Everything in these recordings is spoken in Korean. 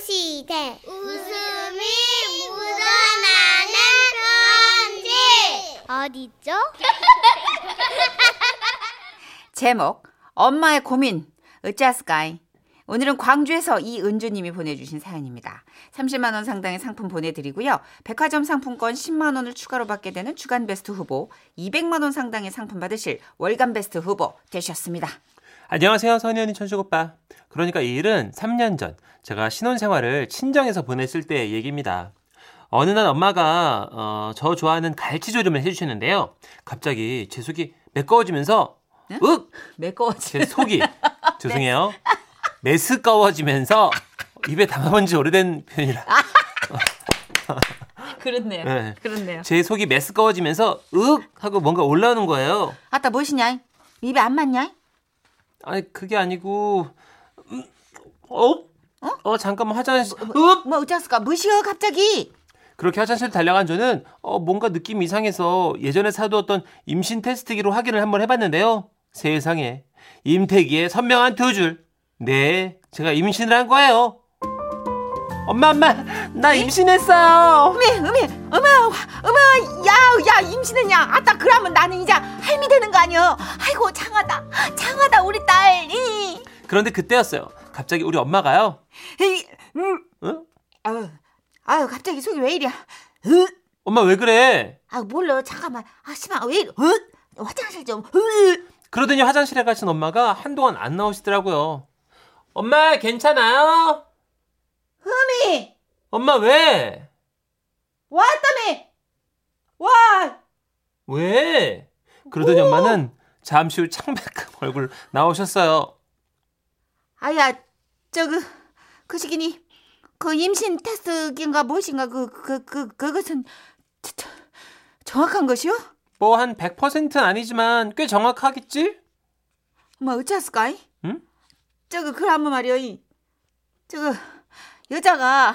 시대 웃음이 묻어나는 편지 어디죠? 제목 엄마의 고민 으짜스카이 오늘은 광주에서 이은주님이 보내주신 사연입니다. 30만 원 상당의 상품 보내드리고요. 백화점 상품권 10만 원을 추가로 받게 되는 주간 베스트 후보, 200만 원 상당의 상품 받으실 월간 베스트 후보 되셨습니다. 안녕하세요, 선현이 천식 오빠. 그러니까 이 일은 3년 전 제가 신혼 생활을 친정에서 보냈을 때의 얘기입니다. 어느 날 엄마가 어, 저 좋아하는 갈치조림을 해주셨는데요. 갑자기 제 속이 매꺼워지면서 윽! 매꺼워지. 제 속이 죄송해요. 메스꺼워지면서 입에 담아본 지 오래된 표현이라 그렇네요. 네. 그렇네요. 제 속이 메스꺼워지면서 윽! 하고 뭔가 올라오는 거예요. 아따 무엇이냐? 입에 안 맞냐? 아니 그게 아니고 음, 어? 어 잠깐만 화장실 윽! 뭐 으짜스카 무시여 갑자기. 그렇게 화장실 달려간 저는 어, 뭔가 느낌이 이상해서 예전에 사두었던 임신 테스트기로 확인을 한번 해봤는데요. 세상에 임태기에 선명한 두 줄. 네, 제가 임신을 한 거예요. 엄마, 엄마, 나 임신했어요. 음에 음에 음아 음아 야야 임신했냐? 아따 그러면 나는 이제 할미 되는 거 아니여? 아이고 장하다 장하다 우리 딸이. 그런데 그때였어요. 갑자기 우리 엄마가요. 에이, 음. 응? 아유, 아유, 갑자기 속이 왜 이래? 으, 엄마 왜 그래? 아 몰라, 잠깐만. 아, 심아 왜 이래? 으, 화장실 좀. 으. 그러더니 화장실에 가신 엄마가 한동안 안 나오시더라고요. 엄마 괜찮아요? 흠이 엄마 왜? 왔다며. 와, 왜? 그러더니 엄마는 잠시 후 창백한 얼굴 나오셨어요. 아야, 저그 그 시기니 그 임신 테스트인가 무엇인가 그 그 그 그것은 저- 저- 정확한 것이요? 뭐 한 100%는 아니지만 꽤 정확하겠지? 뭐 어찌했을까이? 응? 저거 그 한번 말이여 이 저거 여자가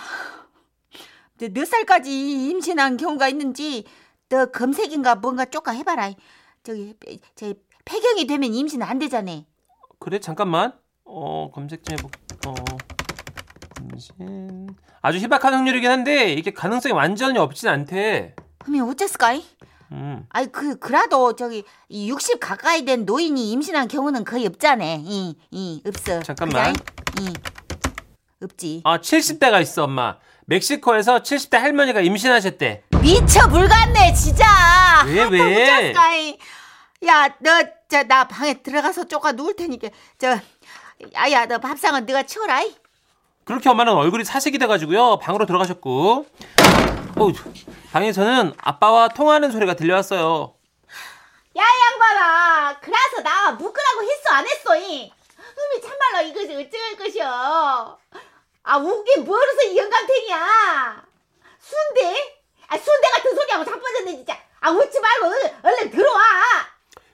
몇- 몇 살까지 임신한 경우가 있는지 너 검색인가 뭔가 쪼까 해봐라 이. 저기 빼- 저기 폐경이 되면 임신 안 되잖아 그래 잠깐만. 어 검색 좀 해볼게. 어. 임신. 아주 희박한 확률이긴 한데 이게 가능성이 완전히 없진 않대. 그러면 어쨌을까이? 음. 아이 그 그라도 저기 이60 가까이 된 노인이 임신한 경우는 거의 없잖아 이, 이 없어 잠깐만. 그자이? 이. 없지 아 70대가 있어 엄마. 멕시코에서 70대 할머니가 임신하셨대. 미쳐 불갔네 진짜 왜, 하도 왜? 무자스카이. 야, 너 저 나 방에 들어가서 쪼까 누울 테니까 저 아야 너 밥상은 네가 치워라이. 그렇게 엄마는 얼굴이 사색이 돼가지고요 방으로 들어가셨고. 어우, 방에서는 아빠와 통화하는 소리가 들려왔어요. 야, 양반아. 그래서 나 묵으라고 했어 안 했어 이. 음이 참말로 이것이 어찌할 것이여. 아, 우긴 뭐로서 이 영감탱이야. 순대? 아, 순대 같은 소리하고 자빠졌네 진짜. 아, 웃지 말고 얼른- 얼른 들어와.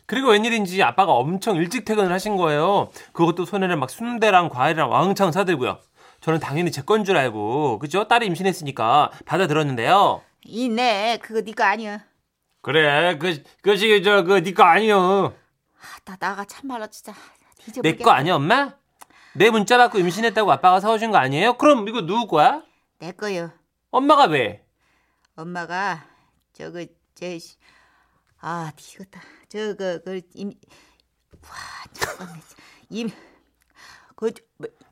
그리고 웬일인지 아빠가 엄청 일찍 퇴근을 하신 거예요. 그것도 손에는 막 순대랑 과일이랑 왕창 사들고요. 저는 당연히 제 건 줄 알고, 그죠? 딸이 임신했으니까 받아들었는데요. 이네 그거 네 거 아니야. 그래, 그, 그시, 저, 그, 니거 아니요. 나 나가 참말로 진짜 내 거 아니야, 엄마? 내 문자 받고 임신했다고 아빠가 사오신 거 아니에요? 그럼 이거 누구 거야? 내 거요. 엄마가 왜? 엄마가 저거 저아 이거다 저거 그임와 잠깐만 임그아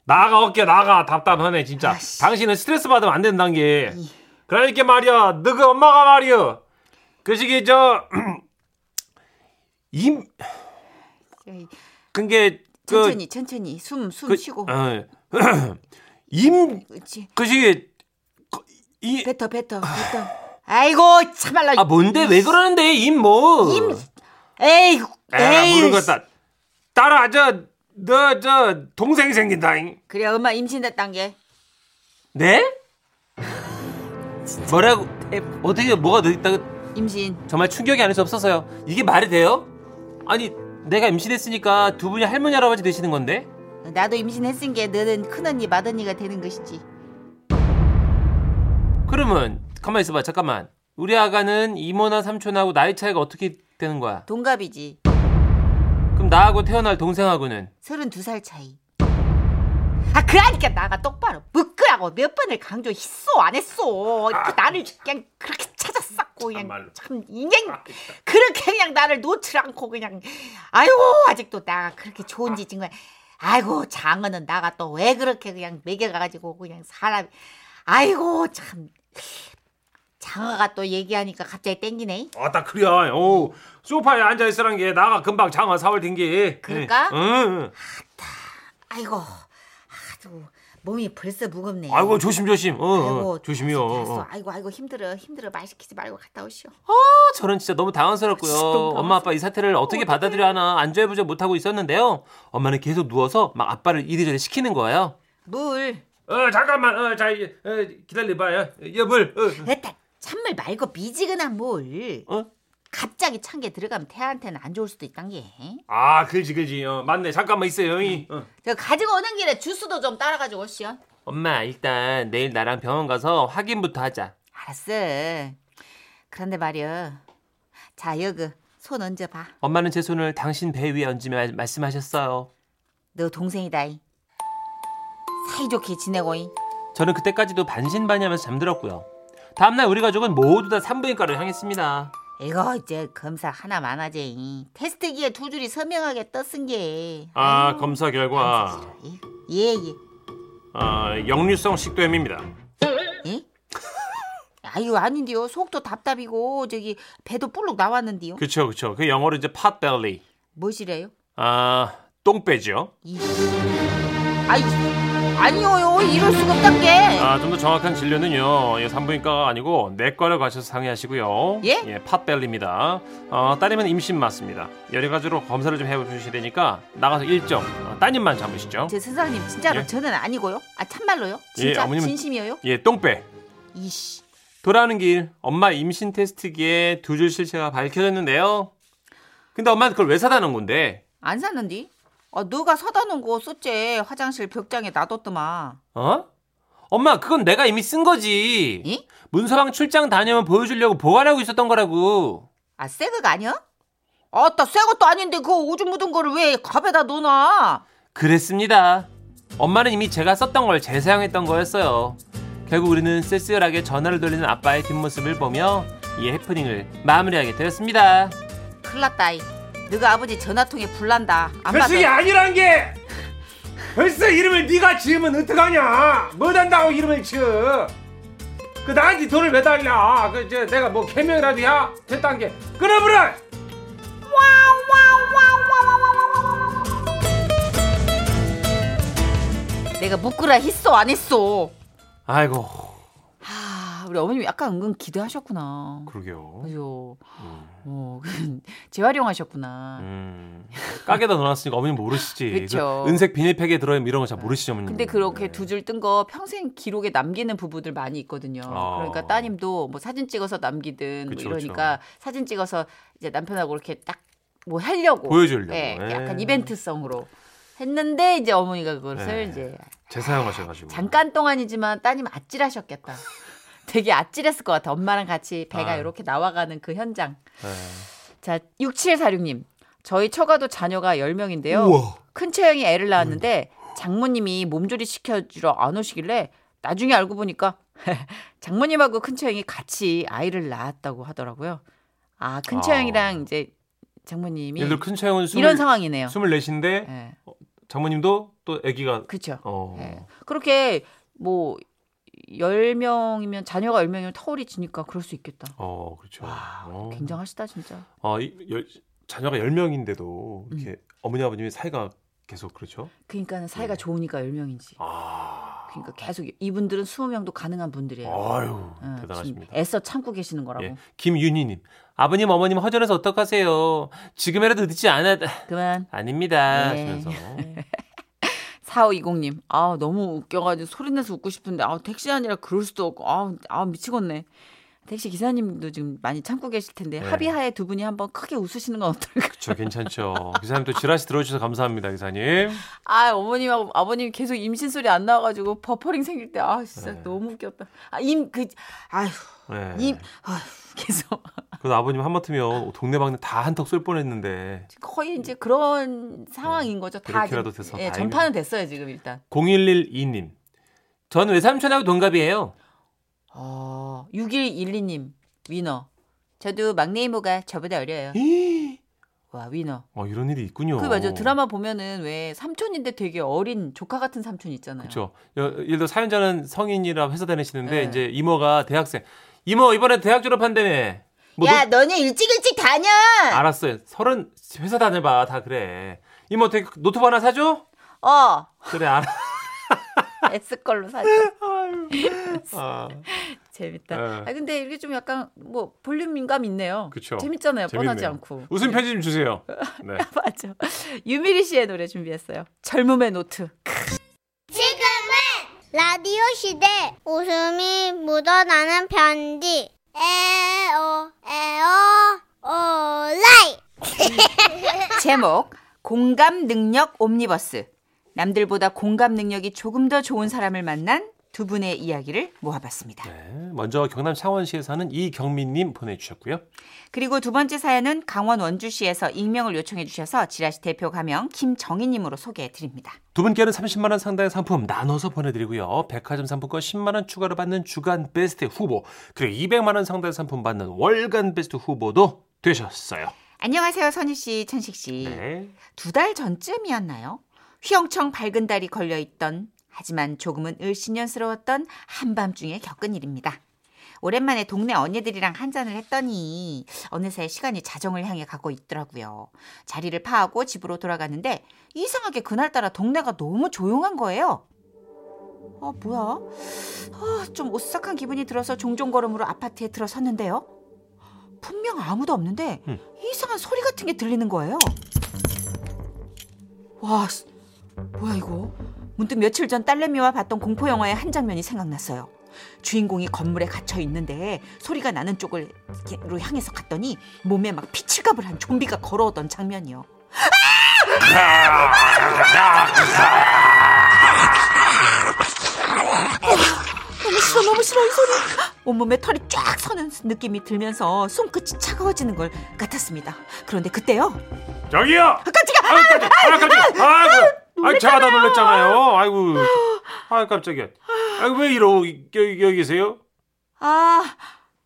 나가, 어깨, 나가. 답답하네, 진짜. 아이씨. 당신은 스트레스 받으면 안 된다는 게. 이. 그러니까 말이야, 너그 엄마가 말이야. 그 시기, 저, 임, 그게 그, 천천히 천천히 숨 숨 그 쉬고 어. 임 그렇지 그시 이아 뱉어 뱉어 뱉어 아이고 참말로 뭔데 왜 그러는데 임뭐 임 에이 에이 에이 아, 모르겠다 딸아 저너저 동생이 생긴다잉 그래 엄마 임신됐단 게 네 뭐라고 어떻게 뭐가 더 있다고 임신 정말 충격이 아닐 수 없어서요 이게 말이 돼요 아니 내가 임신했으니까 두 분이 할머니 할아버지 되시는 건데 나도 임신했은 게 너는 큰언니 맏언니가 되는 것이지 그러면 가만 있어봐 잠깐만 우리 아가는 이모나 삼촌하고 나이 차이가 어떻게 되는 거야 동갑이지 그럼 나하고 태어날 동생하고는 서른두 살 차이. 아 그러니까 나가 똑바로 묶어 그라고 몇 번을 강조했어 안 했어. 아. 그 나를 그냥 그렇게 찾아쌌고 그냥 참말로. 아, 참 그냥 그렇게 그냥 나를 놓지 않고 그냥 아이고 아직도 나 그렇게 좋은지 정말 아이고 장어는 나가 또 왜 그렇게 그냥 매겨가지고 그냥 사람 아이고 참 장어가 또 얘기하니까 갑자기 땡기네. 아따 그래. 오 소파에 앉아 있으란 게 나가 금방 장어 사월 댕기. 그럴까? 응. 아이고 아주 몸이 벌써 무겁네. 아이고 조심 조심. 어, 어 아이고, 조심이요. 알았어. 어. 아이고 아이고 힘들어 힘들어 말 시키지 말고 갔다 오시오. 저는 진짜 너무 당황스럽고요. 엄마 아빠 이 사태를 어떻게 받아들여야 하나 안절부절 못하고 있었는데요. 엄마는 계속 누워서 막 아빠를 이리저리 시키는 거예요. 물. 어 잠깐만. 어자 기다려봐요. 여물. 어. 됐다. 찬물 말고 미지근한 물. 어? 갑자기 찬 게 들어가면 태아한테는 안 좋을 수도 있단 게. 아 그지 그지. 어, 맞네. 잠깐만 있어요. 이. 어. 저 가지고 오는 길에 주스도 좀 따라 가지고 오시오. 엄마 일단 내일 나랑 병원 가서 확인부터 하자. 알았어. 그런데 말이야. 자 여기 손 얹어봐. 엄마는 제 손을 당신 배 위에 얹으며 말- 말씀하셨어요. 너 동생이다이. 사이좋게 지내고이. 저는 그때까지도 반신반의하면서 잠들었고요. 다음날 우리 가족은 모두 다 산부인과로 향했습니다. 이거 이제 검사 하나만 하지. 테스트기에 두 줄이 서명하게 떴은 게. 아 검사 결과 아, 예예. 예. 역류성 식도염입니다. 예? 아유 아닌데요 속도 답답이고 저기 배도 불룩 나왔는데요 그쵸 그쵸 그 영어로 이제 팟 벨리 뭐시래요? 아 똥배죠. 이 아이 아니요 이럴 수가 없단 게 아좀 더 정확한 진료는요 예, 산부인과가 아니고 내과를 가셔서 상의하시고요. 예? 팟 벨리입니다. 어, 따님은 임신 맞습니다. 여러 가지로 검사를 좀 해보셔야 되니까 나가서 일정 어, 따님만 잡으시죠. 제 선생님 진짜로 예? 저는 아니고요 아 참말로요 진짜 어머님은- 진심이에요 예 똥배. 이씨 돌아오는 길 엄마 임신 테스트기에 두 줄 실체가 밝혀졌는데요. 근데 엄마는 그걸 왜 사다 놓은 건데? 안 샀는디? 아 너가 사다 놓은 거 썼지 화장실 벽장에 놔뒀더만 어? 엄마 그건 내가 이미 쓴 거지. 이? 문서방 출장 다녀면 보여주려고 보관하고 있었던 거라고. 아 새거가 아니야? 아따 새 것도 아닌데 그거 오줌 묻은 거를 왜 갑에다 넣어놔 그랬습니다. 엄마는 이미 제가 썼던 걸 재사용했던 거였어요. 결국 우리는 쓸쓸하게 전화를 돌리는 아빠의 뒷모습을 보며 이 해프닝을 마무리하게 되었습니다. 큰일 났다 이 너가 아버지 전화통에 불난다 안 받아 별승이 아니란 게 벌써 이름을 네가 지으면 어떡하냐 뭐한다고 이름을 지어 그 나한테 돈을 왜 달라 그저 내가 뭐 개명이라도 야 됐단 게 끊어버려 내가 묶으라 했어 안 했어 아이고 아 우리 어머님이 약간 은근 기대하셨구나 그러게요. 그죠 어, 재활용하셨구나 음, 가게다 넣어놨으니까 어머님 모르시지. 아. 그쵸. 그 은색 비닐팩에 들어있는 네. 이런 거 잘 모르시죠, 어머님. 근데 그렇게 두 줄 뜬 거 평생 기록에 남기는 부부들 많이 있거든요 아. 그러니까 따님도 뭐 사진 찍어서 남기든 그쵸, 뭐 이러니까 사진 찍어서 이제 남편하고 이렇게 딱 뭐 하려고 보여주려고. 예, 예. 약간 이벤트성으로 했는데 이제 어머니가 그것을 예. 이제 재사용하셔가지고. 잠깐 동안이지만 따님 아찔하셨겠다 되게 아찔했을 것 같아 엄마랑 같이 배가 아. 이렇게 나와가는 그 현장 예. 자, 6746님. 저희 처가도 자녀가 10명인데요. 우와. 큰 체형이 애를 낳았는데 장모님이 몸조리 시켜주러 안 오시길래 나중에 알고 보니까 장모님하고 큰 체형이 같이 아이를 낳았다고 하더라고요. 아, 큰 아. 체형이랑 이제 장모님이 예를 들어 큰 차영은 이런 상황이네요. 24인데 예. 장모님도 또 아기가 그렇죠. 어. 예. 그렇게 뭐 10명이면 자녀가 10명이면 터울이 지니까 그럴 수 있겠다. 어, 그렇죠. 어. 굉장하시다, 진짜. 아, 이, 열, 자녀가 10명인데도 음. 이렇게 어머니 아버님의 사이가 계속 그렇죠? 그러니까 사이가 좋으니까 10명인지. 아. 그러니까 계속 이분들은 20명도 가능한 분들이에요. 아유, 응, 대단하십니다. 지금 애써 참고 계시는 거라고. 예. 김윤희님, 아버님, 어머님 허전해서 어떡하세요? 지금이라도 늦지 않아, 그만. 아닙니다. 네. 하시면서. 4520님. 아, 너무 웃겨가지고 소리내서 웃고 싶은데, 아, 택시 아니라 그럴 수도 없고, 아, 아 미치겠네. 택시 기사님도 지금 많이 참고 계실 텐데, 네. 합의하에 두 분이 한번 크게 웃으시는 건 어떨까? 저 괜찮죠. 기사님 또 지라시 들어주셔서 감사합니다, 기사님. 아, 어머님하고 아버님 계속 임신 소리 안 나와가지고 버퍼링 생길 때, 아, 진짜 네. 너무 웃겼다. 아, 임, 그, 아휴, 네. 임, 아휴, 계속. 그래도 아버님 한마트면 동네방네 다 한턱 쏠 뻔했는데 거의 이제 그런 상황인 거죠. 다. 이렇게라도 네. 지금, 돼서 예, 다행이네요. 전파는 됐어요, 지금 일단. 0112님 전 외삼촌하고 동갑이에요. 어, 6112님 위너. 저도 막내 이모가 저보다 어려요. 와 위너. 어, 이런 일이 있군요. 그 맞아 드라마 보면은 왜 삼촌인데 되게 어린 조카 같은 삼촌 있잖아요. 그렇죠. 예를 들어 사연자는 성인이라 회사 다니시는데 네. 이제 이모가 대학생. 이모 이번에 대학 졸업한다며. 뭐 야, 너네 일찍 일찍 다녀. 알았어요. 서른 회사 다녀봐 다 그래. 이모 어떻게 노트북 하나 사줘? 어, 그래 알아. S 걸로 사죠. 아, 재밌다. 네. 아 근데 이게 좀 약간 뭐 볼륨 민감 있네요. 그쵸. 재밌잖아요. 뻔하지 재밌네요. 않고. 웃음 편지 좀 주세요. 네. 맞아. 유미리 씨의 노래 준비했어요. 젊음의 노트. 지금은 라디오 시대 웃음이 묻어나는 편지 에어 에어 오라이 제목 공감 능력 옴니버스. 남들보다 공감 능력이 조금 더 좋은 사람을 만난 두 분의 이야기를 모아봤습니다. 네. 먼저 경남 창원시에 사는 이경민님 보내주셨고요. 그리고 두 번째 사연은 강원 원주시에서 익명을 요청해 주셔서 지라시 대표 가명 김정희님으로 소개해 드립니다. 두 분께는 30만 원 상당의 상품 나눠서 보내드리고요. 백화점 상품권 10만 원 추가로 받는 주간 베스트 후보 그리고 200만 원 상당의 상품 받는 월간 베스트 후보도 되셨어요. 안녕하세요, 선희 씨, 천식 씨. 네. 두 달 전쯤이었나요? 휘영청 밝은 달이 걸려 있던 하지만 조금은 을신년스러웠던 한밤중에 겪은 일입니다. 오랜만에 동네 언니들이랑 한 잔을 했더니 어느새 시간이 자정을 향해 가고 있더라고요. 자리를 파하고 집으로 돌아갔는데 이상하게 그날따라 동네가 너무 조용한 거예요. 아 뭐야? 아, 좀 오싹한 기분이 들어서 종종 걸음으로 아파트에 들어섰는데요. 분명 아무도 없는데 음. 이상한 소리 같은 게 들리는 거예요. 와, 씨, 뭐야 이거? 문득 며칠 전 딸내미와 봤던 공포 영화의 한 장면이 생각났어요. 주인공이 건물에 갇혀 있는데 소리가 나는 쪽으로 향해서 갔더니 몸에 막 피칠갑을 한 좀비가 걸어오던 장면이요. 너무 싫어 너무 싫어 이 소리 온몸에 털이 쫙 서는 느낌이 들면서 손끝이 차가워지는 걸 같았습니다 그런데 그때요 저기요. 아, 깜짝이야 아유 깜짝. 아 깜짝. 아이고. 아 제가 다 놀랐잖아요. 아이고. 아 깜짝이야. 아이고 왜 이러고 여기, 여기 계세요? 아,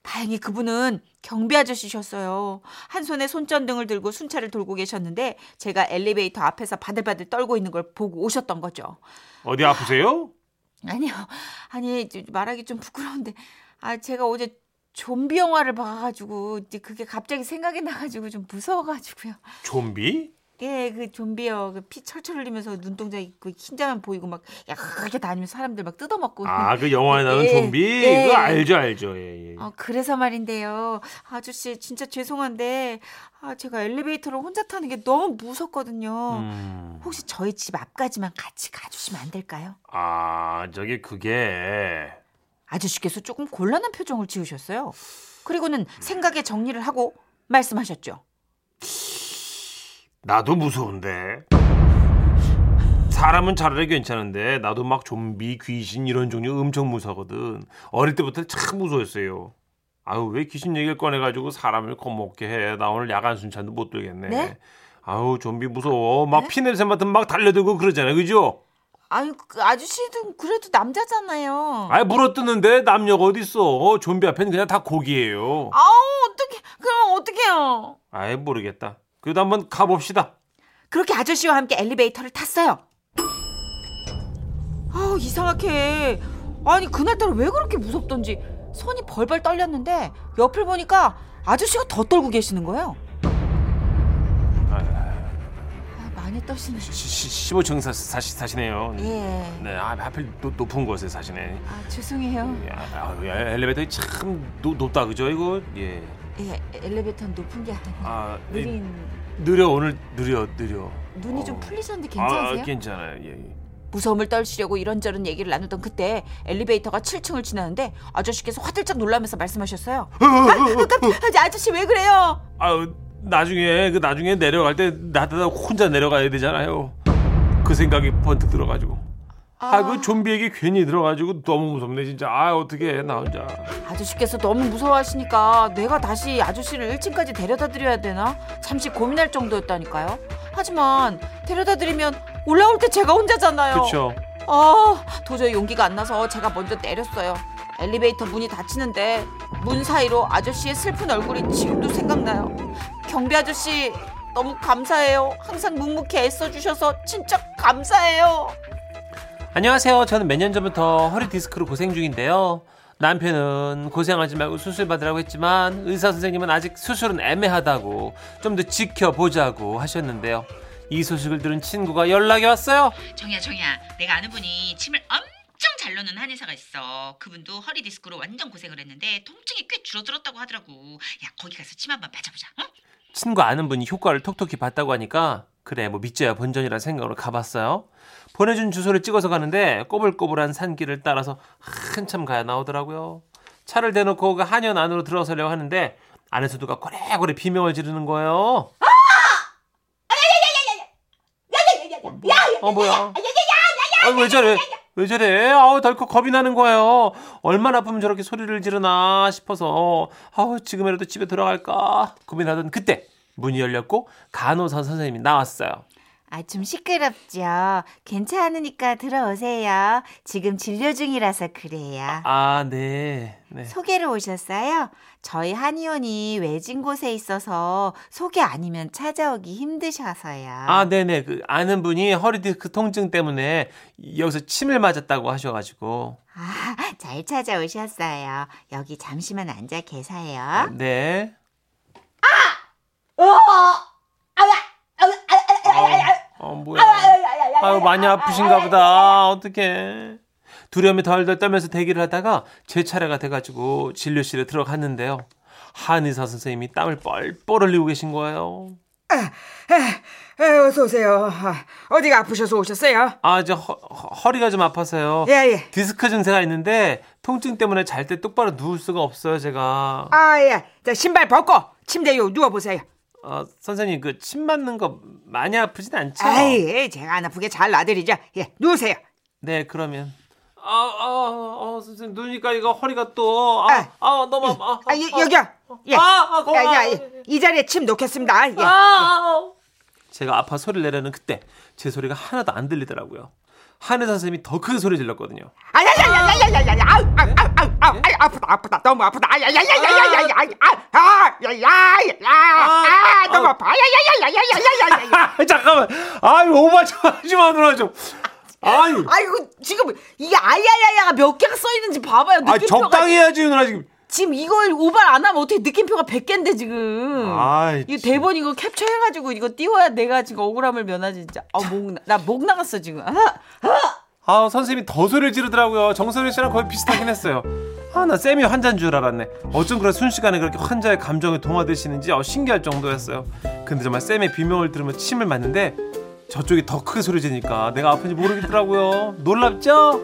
다행히 그분은 경비 아저씨셨어요. 한 손에 손전등을 들고 순찰을 돌고 계셨는데 제가 엘리베이터 앞에서 바들바들 떨고 있는 걸 보고 오셨던 거죠. 어디 아프세요? 아니요, 아니 저- 말하기 좀 부끄러운데, 아 제가 어제 좀비 영화를 봐가지고 이제 그게 갑자기 생각이 나가지고 좀 무서워가지고요. 좀비? 예, 그 좀비요, 그 피 철철 흘리면서 눈동자 있고 흰자만 보이고 막 야하게 다니면서 사람들 막 뜯어먹고. 아 그 영화에 나오는 예, 좀비. 예. 그거 알죠 알죠. 예, 예. 아, 그래서 말인데요. 아저씨, 진짜 죄송한데, 아, 제가 엘리베이터를 혼자 타는 게 너무 무섭거든요. 음. 혹시 저희 집 앞까지만 같이 가주시면 안 될까요? 아 저기 그게. 아저씨께서 조금 곤란한 표정을 지으셨어요. 그리고는 생각에 정리를 하고 말씀하셨죠. 나도 무서운데. 사람은 차라리 괜찮은데 나도 막 좀비, 귀신 이런 종류 엄청 무서거든. 어릴 때부터 참 무서웠어요. 아유 왜 귀신 얘기를 꺼내가지고 사람을 겁먹게 해. 나 오늘 야간 순찬도 못 들겠네. 네? 아우 좀비 무서워. 막 피냄새 맡으면 막 달려들고 그러잖아요, 그죠? 아니, 그 아저씨도 그래도 남자잖아요. 아예 물어뜯는데 남녀가 어디 있어? 좀비 앞에는 그냥 다 고기예요. 아우, 어떡해. 그럼 어떡해요. 아예 모르겠다. 그래도 한번 가봅시다. 그렇게 아저씨와 함께 엘리베이터를 탔어요. 아 이상하게 아니 그날따라 왜 그렇게 무섭던지 손이 벌벌 떨렸는데 옆을 보니까 아저씨가 더 떨고 계시는 거예요. 아, 많이 떠시네. 시, 15층 사, 사, 사시네요. 예. 네, 아, 하필 높- 높은 곳에 사시네. 아 죄송해요. 야, 아유, 야, 엘리베이터 참 높, 높다 그죠 이거 예. 예 엘리베이터는 높은 게 아니라 아 이- 느린 느려 오늘 느려 느려. 눈이 어. 좀 풀리셨는데 아, 괜찮으세요? 괜찮아요. 예. 예. 무서움을 떨치려고 이런저런 얘기를 나누던 그때 엘리베이터가 7층을 지나는데 아저씨께서 화들짝 놀라면서 말씀하셨어요. 아, 아, 깜짝이야. 아저씨 왜 그래요? 아유 나중에 그 나중에 내려갈 때 나다 혼자 내려가야 되잖아요. 그 생각이 번뜩 들어가지고. 아 그 좀비에게 괜히 들어가지고 너무 무섭네 진짜. 아 어떻게 해 나 혼자. 아저씨께서 너무 무서워하시니까 내가 다시 아저씨를 1층까지 데려다 드려야 되나? 잠시 고민할 정도였다니까요. 하지만 데려다 드리면 올라올 때 제가 혼자잖아요. 그쵸 아, 도저히 용기가 안 나서 제가 먼저 내렸어요. 엘리베이터 문이 닫히는데 문 사이로 아저씨의 슬픈 얼굴이 지금도 생각나요. 경비 아저씨 너무 감사해요. 항상 묵묵히 애써주셔서 진짜 감사해요. 안녕하세요. 저는 몇 년 전부터 허리 디스크로 고생 중인데요. 남편은 고생하지 말고 수술 받으라고 했지만 의사 선생님은 아직 수술은 애매하다고 좀 더 지켜보자고 하셨는데요. 이 소식을 들은 친구가 연락이 왔어요. 정이야, 정이야. 내가 아는 분이 침을 엄청 잘 넣는 한의사가 있어. 그분도 허리 디스크로 완전 고생을 했는데 통증이 꽤 줄어들었다고 하더라고. 야, 거기 가서 침 한번 맞아보자. 응? 친구 아는 분이 효과를 톡톡히 봤다고 하니까 그래 뭐 믿져야 본전이라 생각으로 가봤어요. 보내준 주소를 찍어서 가는데 꼬불꼬불한 산길을 따라서 한참 가야 나오더라고요. 차를 대놓고 그 한현 안으로 들어서려고 하는데 안에서 누가 꼬래꼬래 비명을 지르는 거예요. 어 뭐야? 아왜 저래? 왜 저래? 아우 덜컥 겁이 나는 거예요. 얼마나 아프면 저렇게 소리를 지르나 싶어서 아우 지금이라도 집에 들어갈까 고민하던 그때 문이 열렸고 간호사 선생님이 나왔어요. 아, 좀 시끄럽죠. 괜찮으니까 들어오세요. 지금 진료 중이라서 그래요. 아 네. 네. 소개로 오셨어요? 저희 한의원이 외진 곳에 있어서 소개 아니면 찾아오기 힘드셔서요. 아 네네 그 아는 분이 허리 디스크 통증 때문에 여기서 침을 맞았다고 하셔가지고 아, 잘 찾아오셨어요. 여기 잠시만 앉아 아, 계세요. 네. 어 뭐야? 아유 많이 아프신가 보다. 어떡해. 두려움이 덜덜 떨면서 대기를 하다가 제 차례가 돼가지고 진료실에 들어갔는데요. 한의사 선생님이 땀을 뻘뻘 흘리고 계신 거예요. 에, 어서 오세요. 아, 어디가 아프셔서 오셨어요? 아, 저 허, 허- 허리가 좀 아파서요. 예, 예. 디스크 증세가 있는데 통증 때문에 잘 때 똑바로 누울 수가 없어요, 제가. 아, 예. 자, 신발 벗고 침대에 요 누워보세요. 아, 선생님, 그 침 맞는 거 많이 아프진 않죠? 아이, 제가 안 아프게 잘 놔드리죠. 예, 누우세요. 네, 그러면. 아, 아, 아, 선생님, 누우니까 이거 허리가 또, 아, 아, 아. 너무, 아, 아, 아, 여, 여기요. 예. 아, 아, 고마워. 아. 야, 야, 예. 이 자리에 침 놓겠습니다. 예. 제가 아파 소리를 내려는 그때 제 소리가 하나도 안 들리더라고요. 한의사 선생님이 더 크게 소리 질렀거든요. 아, 아야야야야야야야 아우 아우 아우 아우 예? 아우 아이, 아프다 아프다 너무 아프다 아야야야야야야야 아야야야 너무 아파 아야야야야야야야 아, 잠깐만. 아유, 오바 좀 하지 마, 누나 좀. 아유, 아이고 지금 이게 아야야야가 몇 개가 써 있는지 봐봐요 아, 느낌표가 적당히 해야지, 누나 지금. 지금 이걸 오발 안 하면 어떻게 느낌표가 100개인데 지금 아이, 이 진짜. 대본 이거 캡처해가지고 이거 띄워야 내가 지금 억울함을 면하지 진짜 아목나목 나갔어 지금 아, 아 선생님이 더 소리를 지르더라고요. 정선희 씨랑 거의 비슷하긴 했어요. 아 나 쌤이 환자인 줄 알았네. 어쩜 그래 순식간에 그렇게 환자의 감정에 동화되시는지 어, 신기할 정도였어요. 근데 정말 쌤의 비명을 들으면 침을 맞는데 저쪽이 더 크게 소리 지니까 내가 아픈지 모르겠더라고요. 놀랍죠?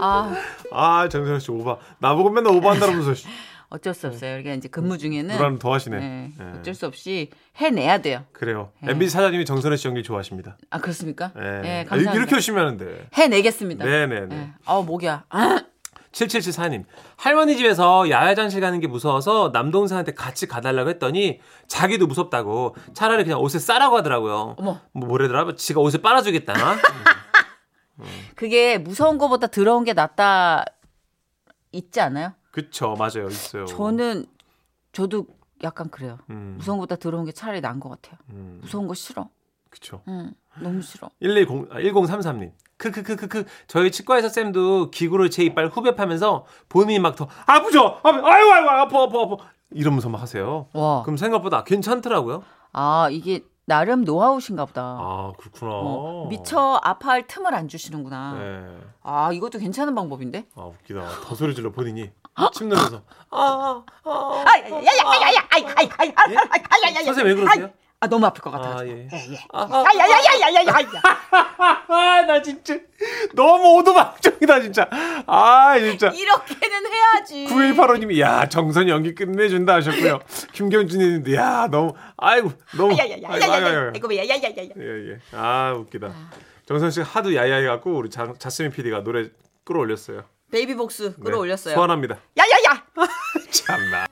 아, 아 정선희 씨 오바. 나보고 맨날 오바한다면서 어쩔 수 없어요. 그러니까 이제 근무 네. 중에는 누나는 더 하시네. 네, 예. 어쩔 수 없이 해내야 돼요. 그래요. 네. MBC 사장님이 정선희 씨 연기 좋아하십니다. 아 그렇습니까? 예. 네, 아, 감사합니다. 이렇게 오시면 하는데. 해내겠습니다. 네네네. 네. 아 목이야. 아, 7774님 할머니 집에서 야외장실 가는 게 무서워서 남동생한테 같이 가달라고 했더니 자기도 무섭다고 차라리 그냥 옷에 싸라고 하더라고요 어머. 뭐 뭐래더라 뭐 지가 옷에 빨아주겠다나 그게 무서운 거보다 더러운 게 낫다 있지 않아요? 그쵸 맞아요 있어요 저는 저도 약간 그래요. 음. 무서운 거보다 더러운 게 차라리 나은 것 같아요. 음, 무서운 거 싫어. 그쵸 응, 너무 싫어. 110, 아, 1033님 크크크크크 저희 치과에서 쌤도 기구로 제 이빨 후벼파면서 본인이 막 더 아프죠 아유 아유 아유 아파 아파 아파 이러면서 막 하세요 와, 그럼 생각보다 괜찮더라고요 아 이게 나름 노하우신가 보다. 아 그렇구나 어, 미처 아파할 틈을 안 주시는구나. 네. 아 이것도 괜찮은 방법인데? 아 웃기다. 더 소리 질러 본인이 침 넣으면서 아야야야야야 아이 아이 아이 아이 아야야야 선생님 왜 그러세요? 아 너무 아플 것 같아. 아 요 예. 예예 아, 아야야야야야야 아나 진짜 너무 오도방정이다 진짜. 아 진짜. 이렇게는 해야지. 9185님이 야 정선 연기 끝내준다 하셨고요. 김경준님도 야 너무 아이고 너무 아이고, 아이고, 아이고. 야야야야야야야야 예, 예. 아 웃기다. 정선 씨가 하도 야야해 갖고 우리 자, 자스민 PD가 노래 끌어올렸어요. 베이비복수 네, 끌어올렸어요. 소환합니다. 야야야 참나.